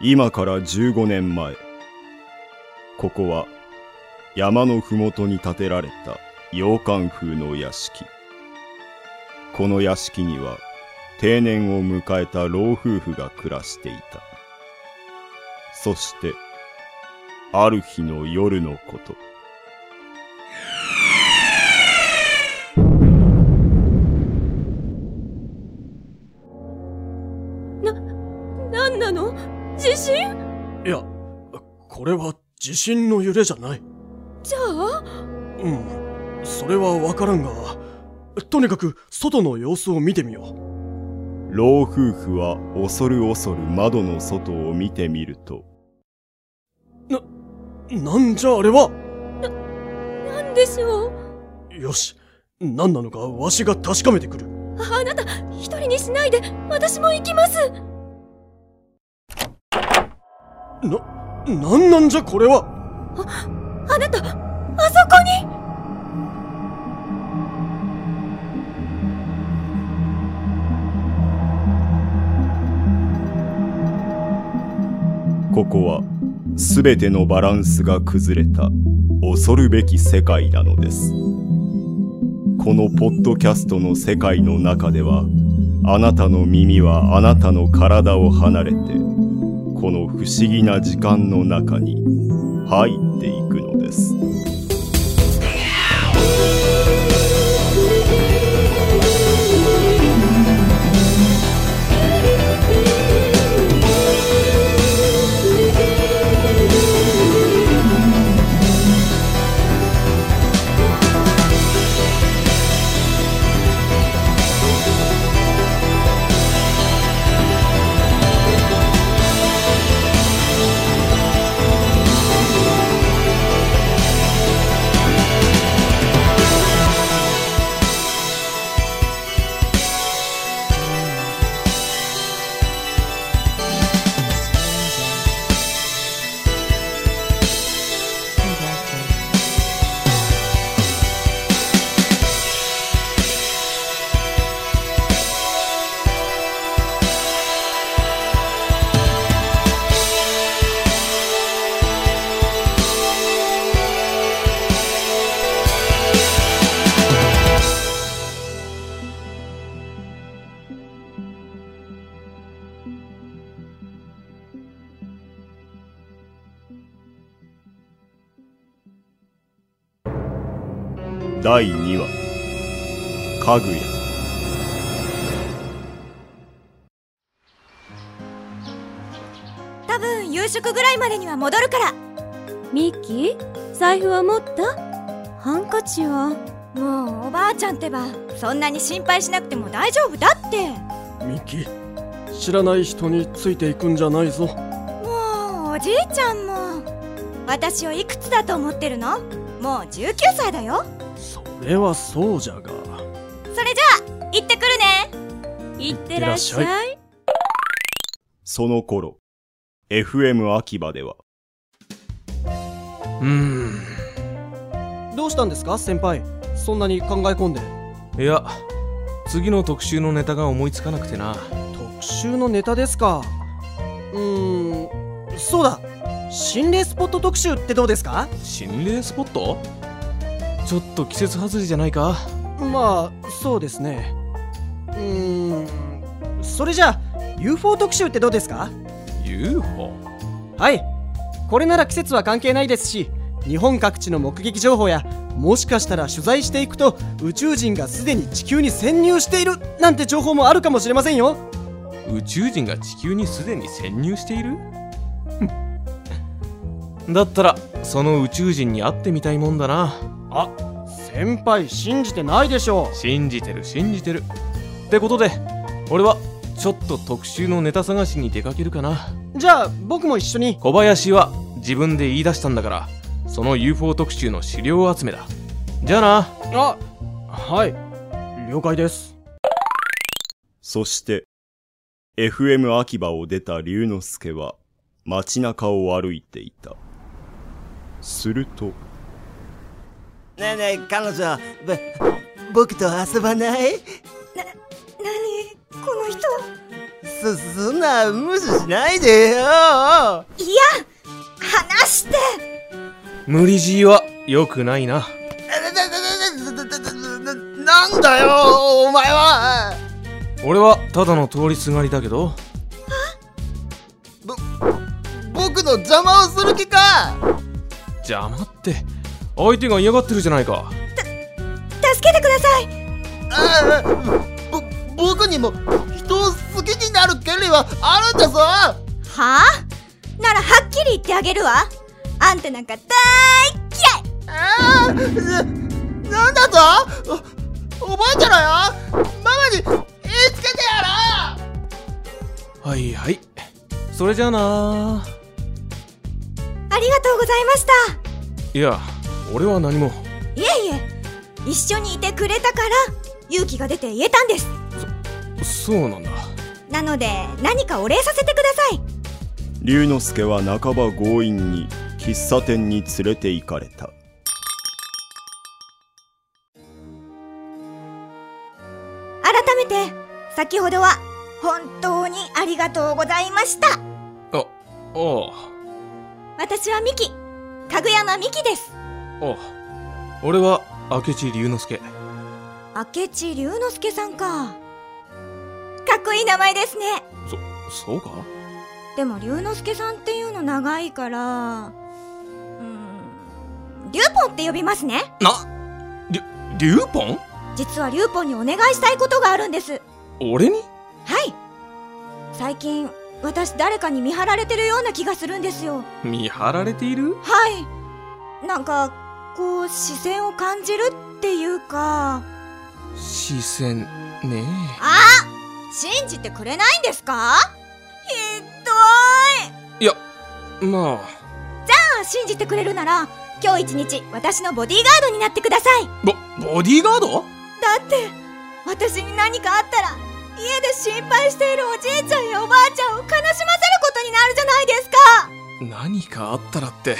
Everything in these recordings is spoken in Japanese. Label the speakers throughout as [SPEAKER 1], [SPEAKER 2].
[SPEAKER 1] 今から15年前ここは山の麓に建てられた洋館風の屋敷この屋敷には定年を迎えた老夫婦が暮らしていたそしてある日の夜のこと
[SPEAKER 2] 何なの地震
[SPEAKER 3] いや、これは地震の揺れじゃない。
[SPEAKER 2] じゃあ
[SPEAKER 3] うん。それはわからんが、とにかく外の様子を見てみよ
[SPEAKER 1] 老夫婦は恐る恐る窓の外を見てみると
[SPEAKER 3] う。なんじゃあれは
[SPEAKER 2] 何でしょう
[SPEAKER 3] よし。何なのかわしが確かめてくる。
[SPEAKER 2] ああなた一人にしないで私も行きます
[SPEAKER 3] な、なんなんじゃこれは
[SPEAKER 2] あなたあそこに
[SPEAKER 1] ここは全てのバランスが崩れた恐るべき世界なのですこのポッドキャストの世界の中ではあなたの耳はあなたの体を離れてこの不思議な時間の中に入っていくのです第2話かぐや
[SPEAKER 2] 多分夕食ぐらいまでには戻るからミッキー財布は持ったハンカチはもうおばあちゃんってばそんなに心配しなくても大丈夫だって
[SPEAKER 3] ミキ、知らない人についていくんじゃないぞ。
[SPEAKER 2] もうおじいちゃんも私をいくつだと思ってるのもう19歳だよ
[SPEAKER 3] それはそうじゃが。
[SPEAKER 2] それじゃあ行ってくるね行って
[SPEAKER 3] らっしゃい
[SPEAKER 2] い
[SPEAKER 1] その頃 FM 秋葉では
[SPEAKER 4] うーん
[SPEAKER 3] どうしたんですか先輩。そんなに考え込んで。
[SPEAKER 4] いや次の特集のネタが思いつかなくてな
[SPEAKER 3] 特集のネタですかうーんそうだ心霊スポット特集ってどうですか
[SPEAKER 4] 心霊スポットちょっと季節外れじゃないか
[SPEAKER 3] まあそうですねうーんそれじゃあ UFO 特集ってどうですか
[SPEAKER 4] UFO
[SPEAKER 3] はいこれなら季節は関係ないですし日本各地の目撃情報やもしかしたら取材していくと宇宙人がすでに地球に潜入しているなんて情報もあるかもしれませんよ
[SPEAKER 4] 宇宙人が地球にすでに潜入しているふんだったらその宇宙人に会ってみたいもんだな
[SPEAKER 3] あ先輩信じてないでしょ
[SPEAKER 4] 信じてる信じてるってことで俺はちょっと特集のネタ探しに出かけるかな
[SPEAKER 3] じゃあ僕も一緒に
[SPEAKER 4] 小林は自分で言い出したんだからその UFO 特集の資料集めだじゃあな
[SPEAKER 3] あはい了解です
[SPEAKER 1] そして FM 秋葉を出た龍之介は街中を歩いていたすると
[SPEAKER 5] ねえねえ彼女ぼ僕と遊ばない
[SPEAKER 2] 何この人
[SPEAKER 5] そそんな無視しないでよ
[SPEAKER 2] いや話して
[SPEAKER 4] 無理強いは良くないな
[SPEAKER 5] なんだよお前は
[SPEAKER 4] 俺はただの通りすがりだけど
[SPEAKER 5] 僕の邪魔をする気か
[SPEAKER 4] 邪魔って相手が嫌がってるじゃないか
[SPEAKER 2] 助けてください
[SPEAKER 5] あーぼ僕にも人を好きになる権利はあるんだぞ
[SPEAKER 2] はあならはっきり言ってあげるわあんたなんか大っ嫌い
[SPEAKER 5] あーななんだとお覚えてろよママに言いつけてやろう
[SPEAKER 4] はいはいそれじゃあな
[SPEAKER 2] ありがとうございました
[SPEAKER 4] いや俺は何も
[SPEAKER 2] いえいえ一緒にいてくれたから勇気が出て言えたんです
[SPEAKER 4] そうなんだ
[SPEAKER 2] なので何かお礼させてください
[SPEAKER 1] 龍之介は半ば強引に喫茶店に連れて行かれた
[SPEAKER 2] 改めて先ほどは本当にありがとうございました
[SPEAKER 4] あああ
[SPEAKER 2] 私はミキかぐやまミキです
[SPEAKER 4] ああ俺は明智龍之介
[SPEAKER 2] 明智龍之介さんかかっこいい名前ですね
[SPEAKER 4] そそうか
[SPEAKER 2] でも龍之介さんっていうの長いからうん龍ポンって呼びますね
[SPEAKER 4] なり龍ポン
[SPEAKER 2] 実は龍ポンにお願いしたいことがあるんです
[SPEAKER 4] 俺に
[SPEAKER 2] はい最近私誰かに見張られてるような気がするんですよ
[SPEAKER 4] 見張られている
[SPEAKER 2] はいなんかこう視線を感じるっていうか
[SPEAKER 4] 視線ね
[SPEAKER 2] あ信じてくれないんですかひどい
[SPEAKER 4] えま
[SPEAKER 2] あ信じてくれるなら今日一日私のボディーガードになってくださいだ
[SPEAKER 4] あボボディーガード
[SPEAKER 2] って私に何かあったら家で心配しているおじいちゃんやおばあちゃんを悲しませることになるじゃないですか
[SPEAKER 4] 何かあったらって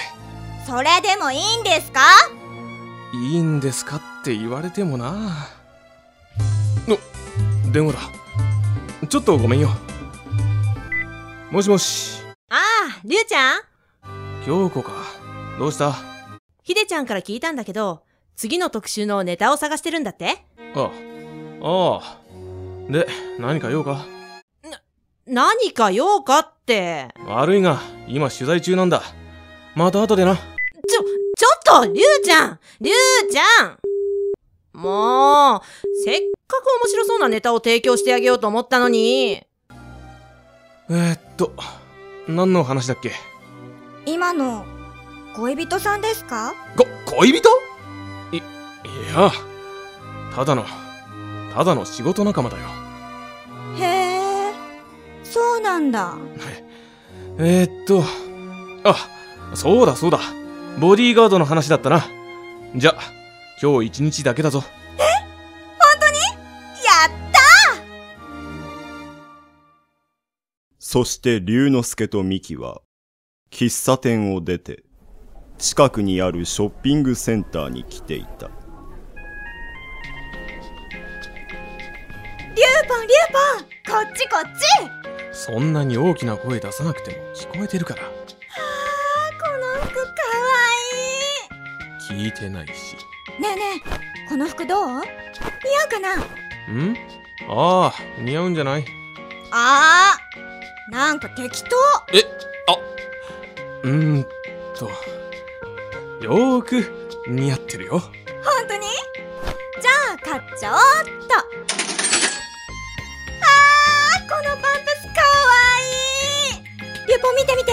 [SPEAKER 2] それでもいいんですか
[SPEAKER 4] いいんですかって言われてもなお電話だちょっとごめんよもしもし
[SPEAKER 6] ああ、りゅうちゃん
[SPEAKER 4] 京子かどうしたあ
[SPEAKER 6] ひでちゃんから聞いたんだけど、次の特集のネタを探してるんだって
[SPEAKER 4] あああで何か用か
[SPEAKER 6] 何か用かって。
[SPEAKER 4] 悪いが今取材中なんだまた後でな
[SPEAKER 6] ちょっとりゅうちゃんりゅうちゃんもう、せっかく面白そうなネタを提供してあげようと思ったのに。
[SPEAKER 4] えー、っと何の話だっけ
[SPEAKER 2] 今の恋人さんですか
[SPEAKER 4] こ恋人いいやただのただの仕事仲間だよ
[SPEAKER 2] へえそうなんだ
[SPEAKER 4] えー、っと、あ、そうだそうだ。ボディーガードの話だったな。じゃあ、今日一日だけだぞ。
[SPEAKER 2] やった
[SPEAKER 1] そして龍之介と美希は喫茶店を出て近くにあるショッピングセンターに来ていた
[SPEAKER 2] リュウポンリュウポンこっちこっち
[SPEAKER 4] そんなに大きな声出さなくても聞こえてるから。
[SPEAKER 2] この服かわい
[SPEAKER 4] 聞いてないし。
[SPEAKER 2] いねえねえこの服どう似合うかなん
[SPEAKER 4] ああ、似合うんじゃない
[SPEAKER 2] あーなんか適当
[SPEAKER 4] うーんと、よーく似合ってるよ。
[SPEAKER 2] 本当にじゃあ買っちゃおうっとあーこのパンプスかわいいリュウポン見て見て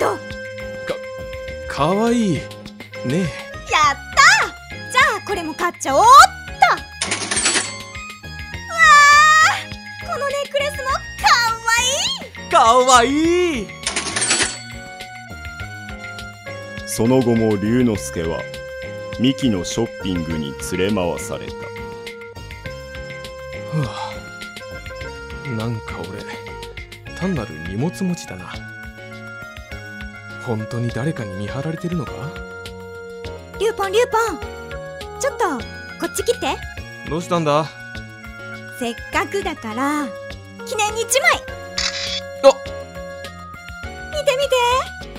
[SPEAKER 2] どう
[SPEAKER 4] かわいい。ね
[SPEAKER 2] やったじゃあこれも買っちゃおうっとわあこのネックレスもかわいい
[SPEAKER 3] かわいい
[SPEAKER 1] その後も龍之介は美希のショッピングに連れ回された
[SPEAKER 4] え。ふわなんか俺、単なる荷物持ちだな。本当に誰かに見張られてるのか
[SPEAKER 2] リュウポンリュウポンちょっとこっち来て
[SPEAKER 4] どうしたんだ
[SPEAKER 2] せっかくだから記念に1枚見て見て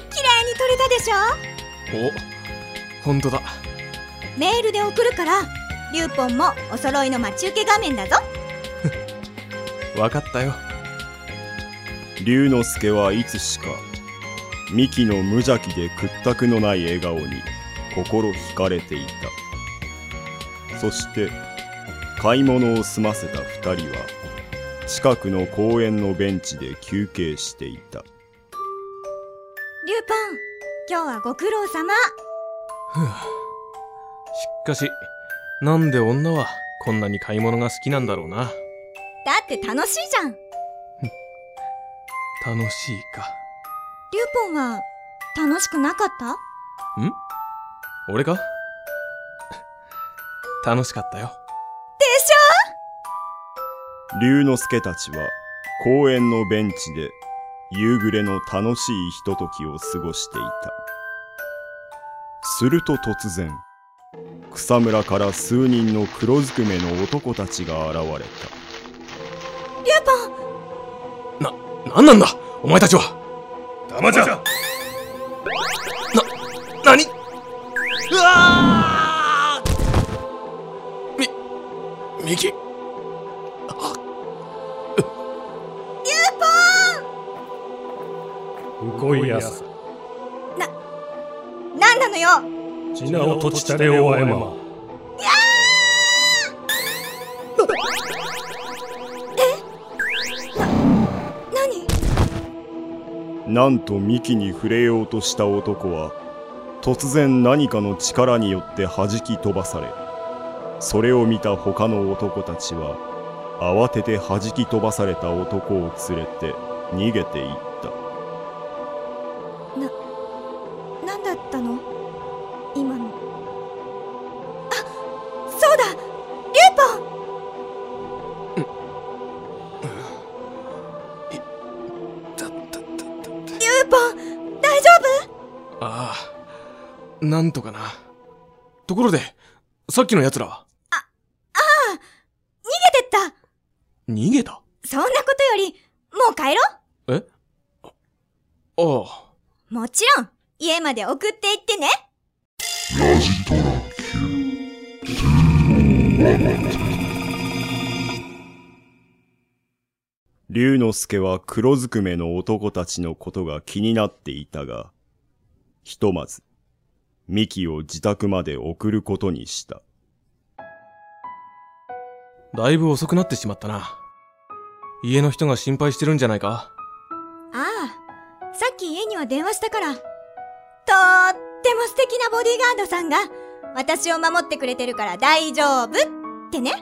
[SPEAKER 2] 綺麗に撮れたでしょ
[SPEAKER 4] お本当だ
[SPEAKER 2] メールで送るからリューポンもお揃いの待ち受け画面だぞ
[SPEAKER 4] わかったよ
[SPEAKER 1] 龍之介はいつしかミキの無邪気で屈託のない笑顔に心惹かれていたそして買い物を済ませた二人は近くの公園のベンチで休憩していた
[SPEAKER 2] リューポン今日はご苦労様
[SPEAKER 4] しっかしなんで女はこんなに買い物が好きなんだろうな
[SPEAKER 2] だって楽しいじゃんリュー
[SPEAKER 4] 楽しいか
[SPEAKER 2] ポンは楽しくなかった
[SPEAKER 4] 俺か楽しかったよ
[SPEAKER 1] 龍之介たちは公園のベンチで夕暮れの楽しいひとときを過ごしていたすると突然草むらから数人の黒ずくめの男たちが現れた
[SPEAKER 2] リューポン
[SPEAKER 4] なんなんだお前たちは
[SPEAKER 7] 玉ちゃん
[SPEAKER 4] 何
[SPEAKER 5] うわー
[SPEAKER 4] ミキ
[SPEAKER 7] こいやす
[SPEAKER 2] なんなのよ
[SPEAKER 7] 地なをとちたれおあえま
[SPEAKER 2] 何
[SPEAKER 1] なんと幹に触れようとした男は突然何かの力によって弾き飛ばされそれを見た他の男たちは慌てて弾き飛ばされた男を連れて逃げていった
[SPEAKER 2] 何だったの今のあそうだリューポン
[SPEAKER 4] だだ
[SPEAKER 2] リ
[SPEAKER 4] だだ
[SPEAKER 2] ューポン大丈夫
[SPEAKER 4] ああなんとかなところでさっきの奴らは
[SPEAKER 2] 出てった
[SPEAKER 4] 逃げた
[SPEAKER 2] そんなことよりもう帰ろ
[SPEAKER 4] えああ
[SPEAKER 2] うもちろん家まで送っていってね
[SPEAKER 1] 龍之介は黒ずくめの男たちのことが気になっていたが、ひとまず、ミキを自宅まで送ることにした。
[SPEAKER 4] だいぶ遅くなってしまったな。家の人が心配してるんじゃないか
[SPEAKER 2] ああさっき家には電話したからとーっても素敵なボディーガードさんが私を守ってくれてるから大丈夫ってね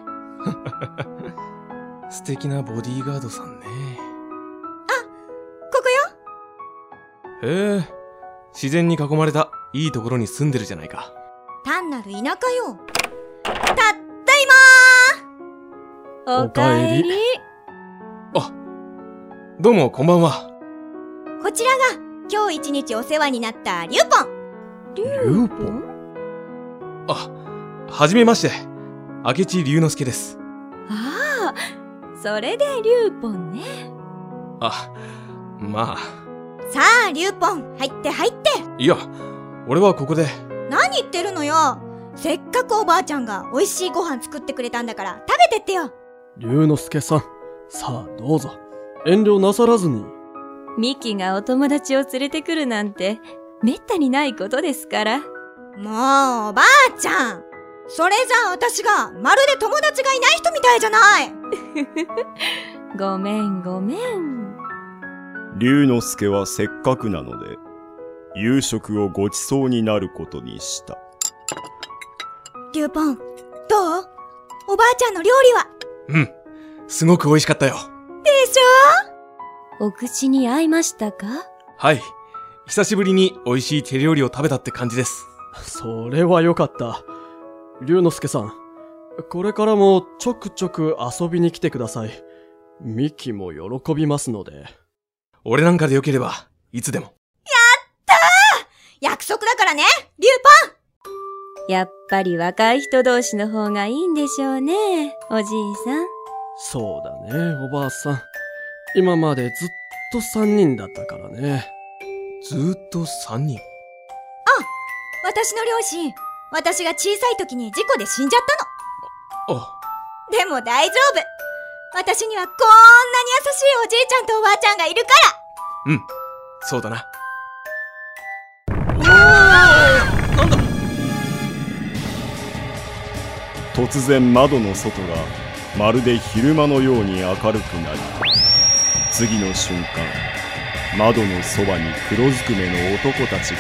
[SPEAKER 4] 素敵なボディーガードさんね。
[SPEAKER 2] ここよ
[SPEAKER 4] へえ、自然に囲まれたいいところに住んでるじゃないか。
[SPEAKER 2] 単なる田舎よたった今
[SPEAKER 4] おかえりどうも、こんばんは。
[SPEAKER 2] こちらが今日一日お世話になったリュウポン
[SPEAKER 4] ュウポンあ、はじめまして。明智龍之介です。
[SPEAKER 2] ああそれでリュウポンね
[SPEAKER 4] あ、まあ、
[SPEAKER 2] さあリュウポン入って入って
[SPEAKER 4] いや、俺はここで、
[SPEAKER 2] 何言ってるのよせっかくおばあちゃんが美味しいご飯作ってくれたんだから食べてってよ
[SPEAKER 3] 龍之介さんさあどうぞ遠慮なさらずに
[SPEAKER 8] ミキがお友達を連れてくるなんて、めったにないことですから。
[SPEAKER 2] もうおばあちゃんそれじゃあ私がまるで友達がいない人みたいじゃない
[SPEAKER 8] ごめんごめん。
[SPEAKER 1] 龍之介はせっかくなので、夕食をごちそうになることにした。
[SPEAKER 2] リュウポンどうおばあちゃんの料理は
[SPEAKER 4] うん、すごく美味しかったよ。
[SPEAKER 2] でしょ
[SPEAKER 8] お口に合いましたか
[SPEAKER 4] はい、久しぶりに美味しい手料理を食べたって感じです。
[SPEAKER 3] それは良かった龍之介さんこれからもちょくちょく遊びに来てくださいミキも喜びますので
[SPEAKER 4] 俺なんかでよければ、いつでも。
[SPEAKER 2] 約束だからねリュウポン
[SPEAKER 8] やっぱり若い人同士の方がいいんでしょうね、おじいさん。
[SPEAKER 3] そうだねおばあさん今までずっと3人だったからね。
[SPEAKER 4] ずーっと3人。
[SPEAKER 2] 私の両親、私が小さい時に事故で死んじゃったの。
[SPEAKER 4] あ、
[SPEAKER 2] でも大丈夫。私にはこんなに優しいおじいちゃんとおばあちゃんがいるか
[SPEAKER 4] うん。そうだな。
[SPEAKER 1] 突然窓の外がまるで昼間のように明るくなり次の瞬間窓のそばに黒ずくめの男たちが立ってい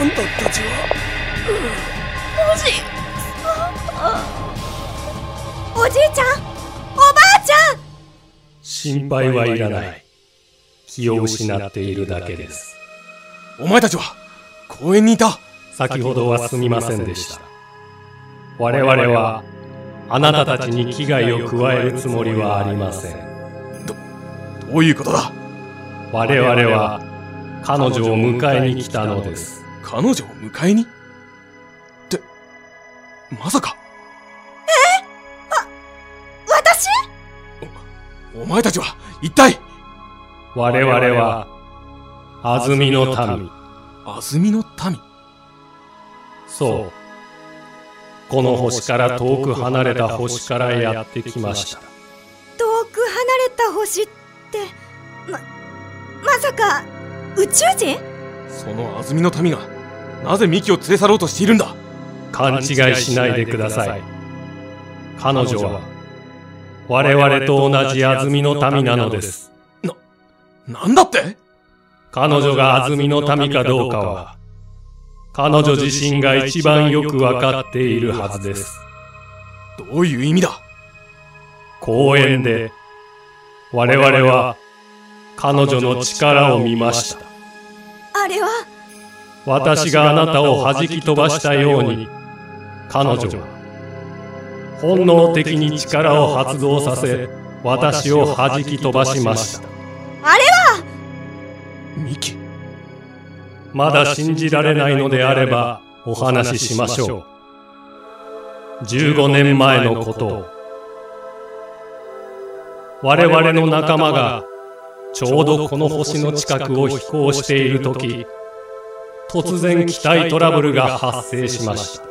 [SPEAKER 3] あんたたちは
[SPEAKER 2] ら。おじいちゃん、おばあちゃん
[SPEAKER 7] 心配はいらない。気を失っているだけです。
[SPEAKER 4] お前たちは公園にいた
[SPEAKER 7] 先ほどはすみませんでした。我々は、あなたたちに危害を加えるつもりはありません。
[SPEAKER 4] どういうことだ
[SPEAKER 7] 我々は、彼女を迎えに来たのです。
[SPEAKER 4] 彼女を迎えにって、まさか
[SPEAKER 2] 私
[SPEAKER 4] お前たちは一体
[SPEAKER 7] 我々は、安曇の民。
[SPEAKER 4] 安曇の民
[SPEAKER 7] そう。この星から遠く離れた星からやってきました。
[SPEAKER 2] 遠く離れた星って、ま、まさか、宇宙人
[SPEAKER 4] その安曇の民がなぜミキを連れ去ろうとしているんだ
[SPEAKER 7] 勘違いしないでください。彼女は、我々と同じ安曇の民なのです。
[SPEAKER 4] なんだって
[SPEAKER 7] 彼女が安曇の民かどうかは、彼女自身が一番よくわかっているはずです。
[SPEAKER 4] どういう意味だ
[SPEAKER 7] 公園で、我々は、彼女の力を見ました。
[SPEAKER 2] あれは、
[SPEAKER 7] 私があなたを弾き飛ばしたように、彼女は、本能的に力を発動させ、私を弾き飛ばしました。
[SPEAKER 4] ミキ
[SPEAKER 7] まだ信じられないのであれば、お話ししましょう。15年前のことを。我々の仲間が、ちょうどこの星の近くを飛行しているとき、突然機体トラブルが発生しました。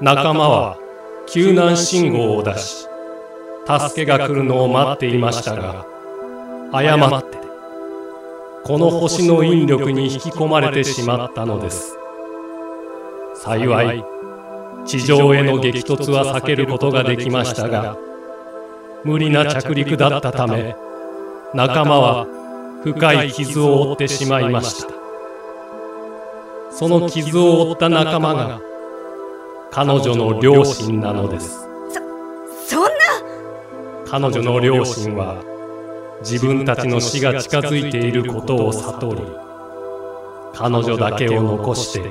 [SPEAKER 7] 仲間は、救難信号を出し、助けが来るのを待っていましたが、誤って、この星の引力に引き込まれてしまったのです。幸い、地上への激突は避けることができましたが、無理な着陸だったため、仲間は深い傷を負ってしまいました。その傷を負った仲間が、彼女の両親なのです。
[SPEAKER 2] そんな
[SPEAKER 7] 彼女の両親は、自分たちの死が近づいていることを悟り、彼女だけを残して、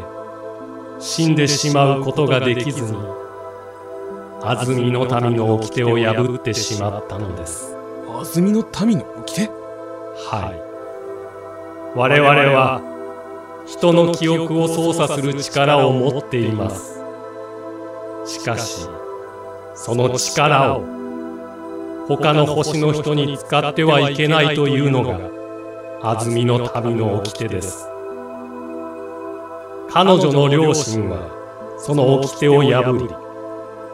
[SPEAKER 7] 死んでしまうことができずに、安曇の民の掟を破ってしまったのです。
[SPEAKER 4] 安曇の民の掟
[SPEAKER 7] はい。我々は、人の記憶を操作する力を持っています。しかし、その力を、他の星の人に使ってはいけないというのが、安曇の民の掟です。彼女の両親は、その掟を破り、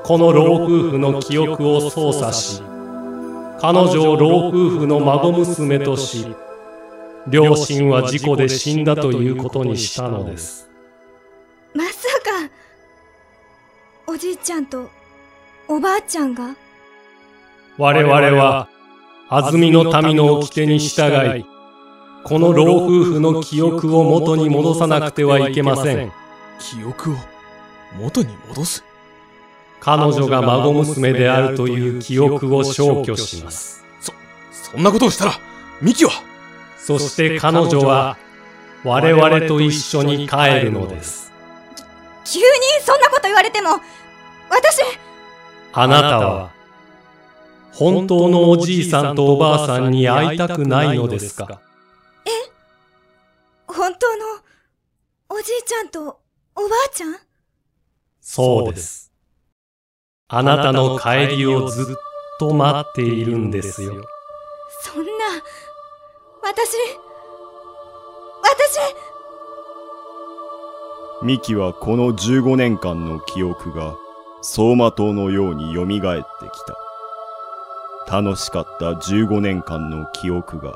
[SPEAKER 7] この老夫婦の記憶を操作し、彼女を老夫婦の孫娘とし、両親は事故で死んだということにしたのです。
[SPEAKER 2] まさか、おじいちゃんとおばあちゃんが
[SPEAKER 7] 我々は、安曇の民の掟に従い、この老夫婦の記憶を元に戻さなくてはいけません。
[SPEAKER 4] 記憶を元に戻す
[SPEAKER 7] 彼女が孫娘であるという記憶を消去します。
[SPEAKER 4] そんなことをしたらミキは
[SPEAKER 7] そして彼女は、我々と一緒に帰るのです。
[SPEAKER 2] 急にそんなこと言われても、私、
[SPEAKER 7] あなたは、本当のおじいさんとおばあさんに会いたくないのですか
[SPEAKER 2] 本当の、おじいちゃんとおばあちゃん
[SPEAKER 7] そうです。あなたの帰りをずっと待っているんですよ。
[SPEAKER 2] そんな、私、私、
[SPEAKER 1] ミキはこの15年間の記憶が走馬灯のように蘇ってきた。楽しかった15年間の記憶が。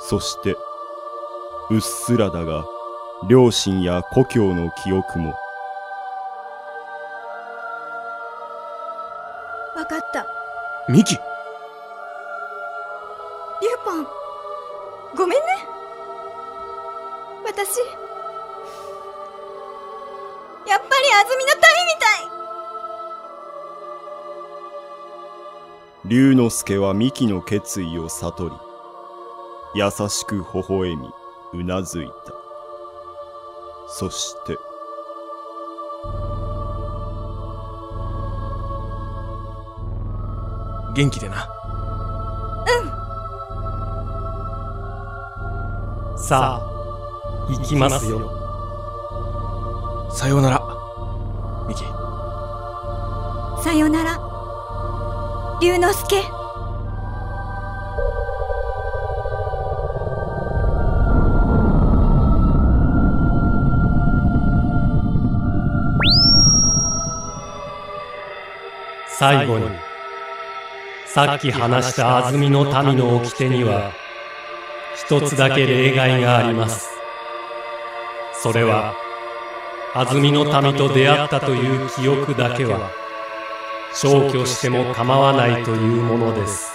[SPEAKER 1] そして、うっすらだが、両親や故郷の記憶も、
[SPEAKER 2] わかった。
[SPEAKER 4] ミキ
[SPEAKER 2] リュウパン、ごめんね。私、やっぱり安住の民みたい
[SPEAKER 1] 龍之介はミキの決意を悟り、優しく微笑み、うなずいた。そして、
[SPEAKER 4] 元気でな
[SPEAKER 7] さあ、行きますよ。
[SPEAKER 4] さようならミキ
[SPEAKER 2] さよなら龍之介
[SPEAKER 7] 最後に、さっき話した安住の民の掟には、一つだけ例外があります。それは、安住の民と出会ったという記憶だけは、消去しても構わないというものです。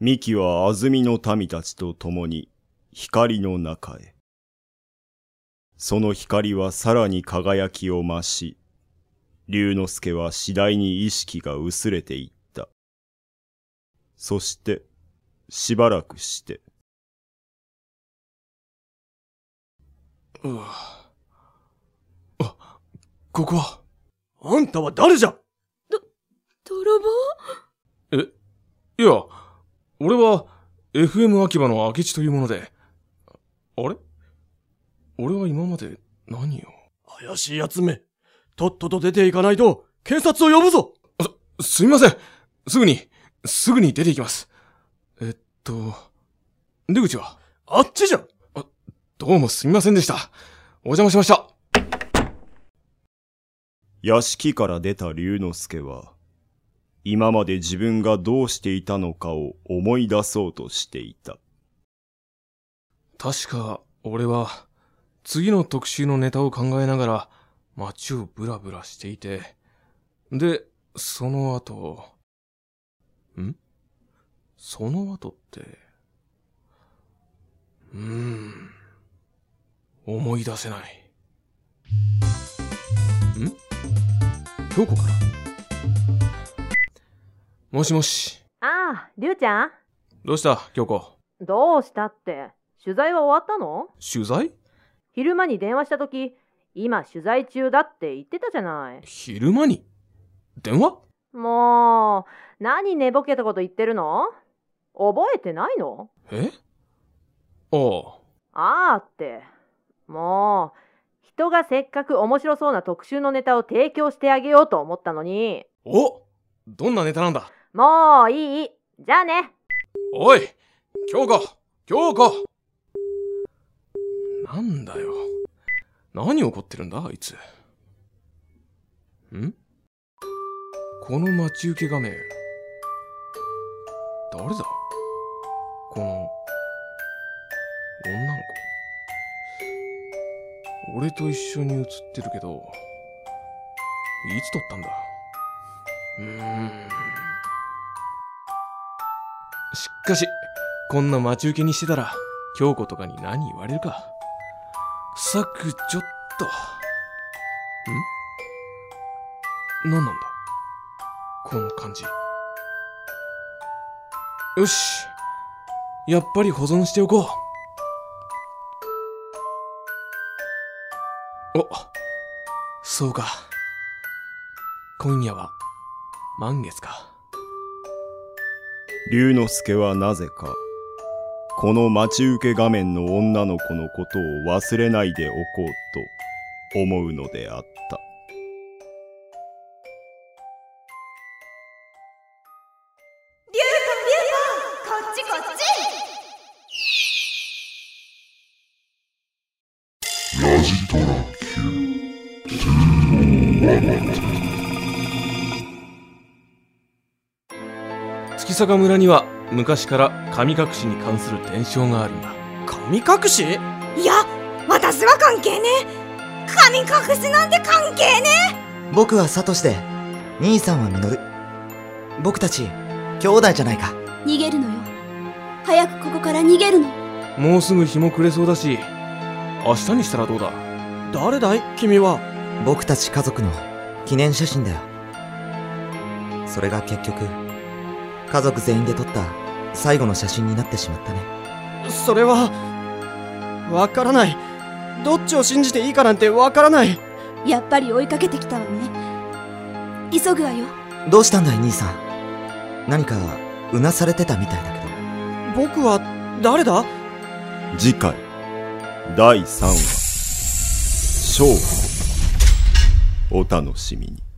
[SPEAKER 1] ミキは安住の民たちと共に光の中へ。その光はさらに輝きを増し、龍之介は次第に意識が薄れていった。そして、しばらくして、
[SPEAKER 4] うわあここは
[SPEAKER 3] あんたは誰じゃ
[SPEAKER 8] 泥棒
[SPEAKER 4] いや俺は FM 秋葉の明智というものであれ俺は今まで何を
[SPEAKER 3] 怪しい奴め。とっとと出ていかないと、警察を呼ぶぞ
[SPEAKER 4] すみませんすぐにすぐに出て行きますえっと出口は
[SPEAKER 3] あっちじゃ
[SPEAKER 4] どうもすみませんでしたお邪魔しました
[SPEAKER 1] 屋敷から出た龍之介は、今まで自分がどうしていたのかを思い出そうとしていた。
[SPEAKER 4] 確か、俺は、次の特集のネタを考えながら、街をブラブラしていて、で、その後、んその後って、うーん、思い出せない。ん京子かなもしもし、
[SPEAKER 6] ああ、りゅうちゃん
[SPEAKER 4] どうした京子。
[SPEAKER 6] どうしたって。取材は終わったの
[SPEAKER 4] 取材
[SPEAKER 6] 昼間に電話したとき、今取材中だって言ってたじゃない。
[SPEAKER 4] 昼間に電話
[SPEAKER 6] もう、何寝ぼけたこと言ってるの覚えてないの
[SPEAKER 4] えああ。
[SPEAKER 6] ああって。もう、人がせっかく面白そうな特集のネタを提供してあげようと思ったのに。
[SPEAKER 4] おどんなネタなんだ
[SPEAKER 6] もういい。じゃあね。
[SPEAKER 4] おい京子京子なんだよ。何怒ってるんだあいつ。んこの待ち受け画面。誰だこの、女の子。俺と一緒に写ってるけど、いつ撮ったんだうーん。しかし、こんな待ち受けにしてたら、京子とかに何言われるか。削除っと。ん何なんだこの感じ。よし。やっぱり保存しておこう。お、そうか。今夜は、満月か。
[SPEAKER 1] 龍之介はなぜか、この待ち受け画面の女の子のことを忘れないでおこうと思うのであった。
[SPEAKER 2] こっちこっち
[SPEAKER 4] 月坂村には昔から神隠しに関する伝承があるんだ
[SPEAKER 3] 神隠し
[SPEAKER 2] いや私は関係ねえ神隠しなんて関係ね
[SPEAKER 5] 僕はサトシで、兄さんはミノル。僕たち、兄弟じゃないか。
[SPEAKER 8] 逃げるのよ早くここから逃げるの
[SPEAKER 4] もうすぐ日も暮れそうだし明日にしたらどうだ
[SPEAKER 3] 誰だい君は
[SPEAKER 5] 僕たち家族の記念写真だよ。それが結局、家族全員で撮った最後の写真になってしまったね。
[SPEAKER 3] それはわからないどっちを信じていいかなんてわからない
[SPEAKER 8] やっぱり追いかけてきたわね急ぐわよ
[SPEAKER 5] どうしたんだい、兄さん。何か、うなされてたみたいだけど。
[SPEAKER 3] 僕は誰だ
[SPEAKER 1] 次回、第3話、勝負。お楽しみに。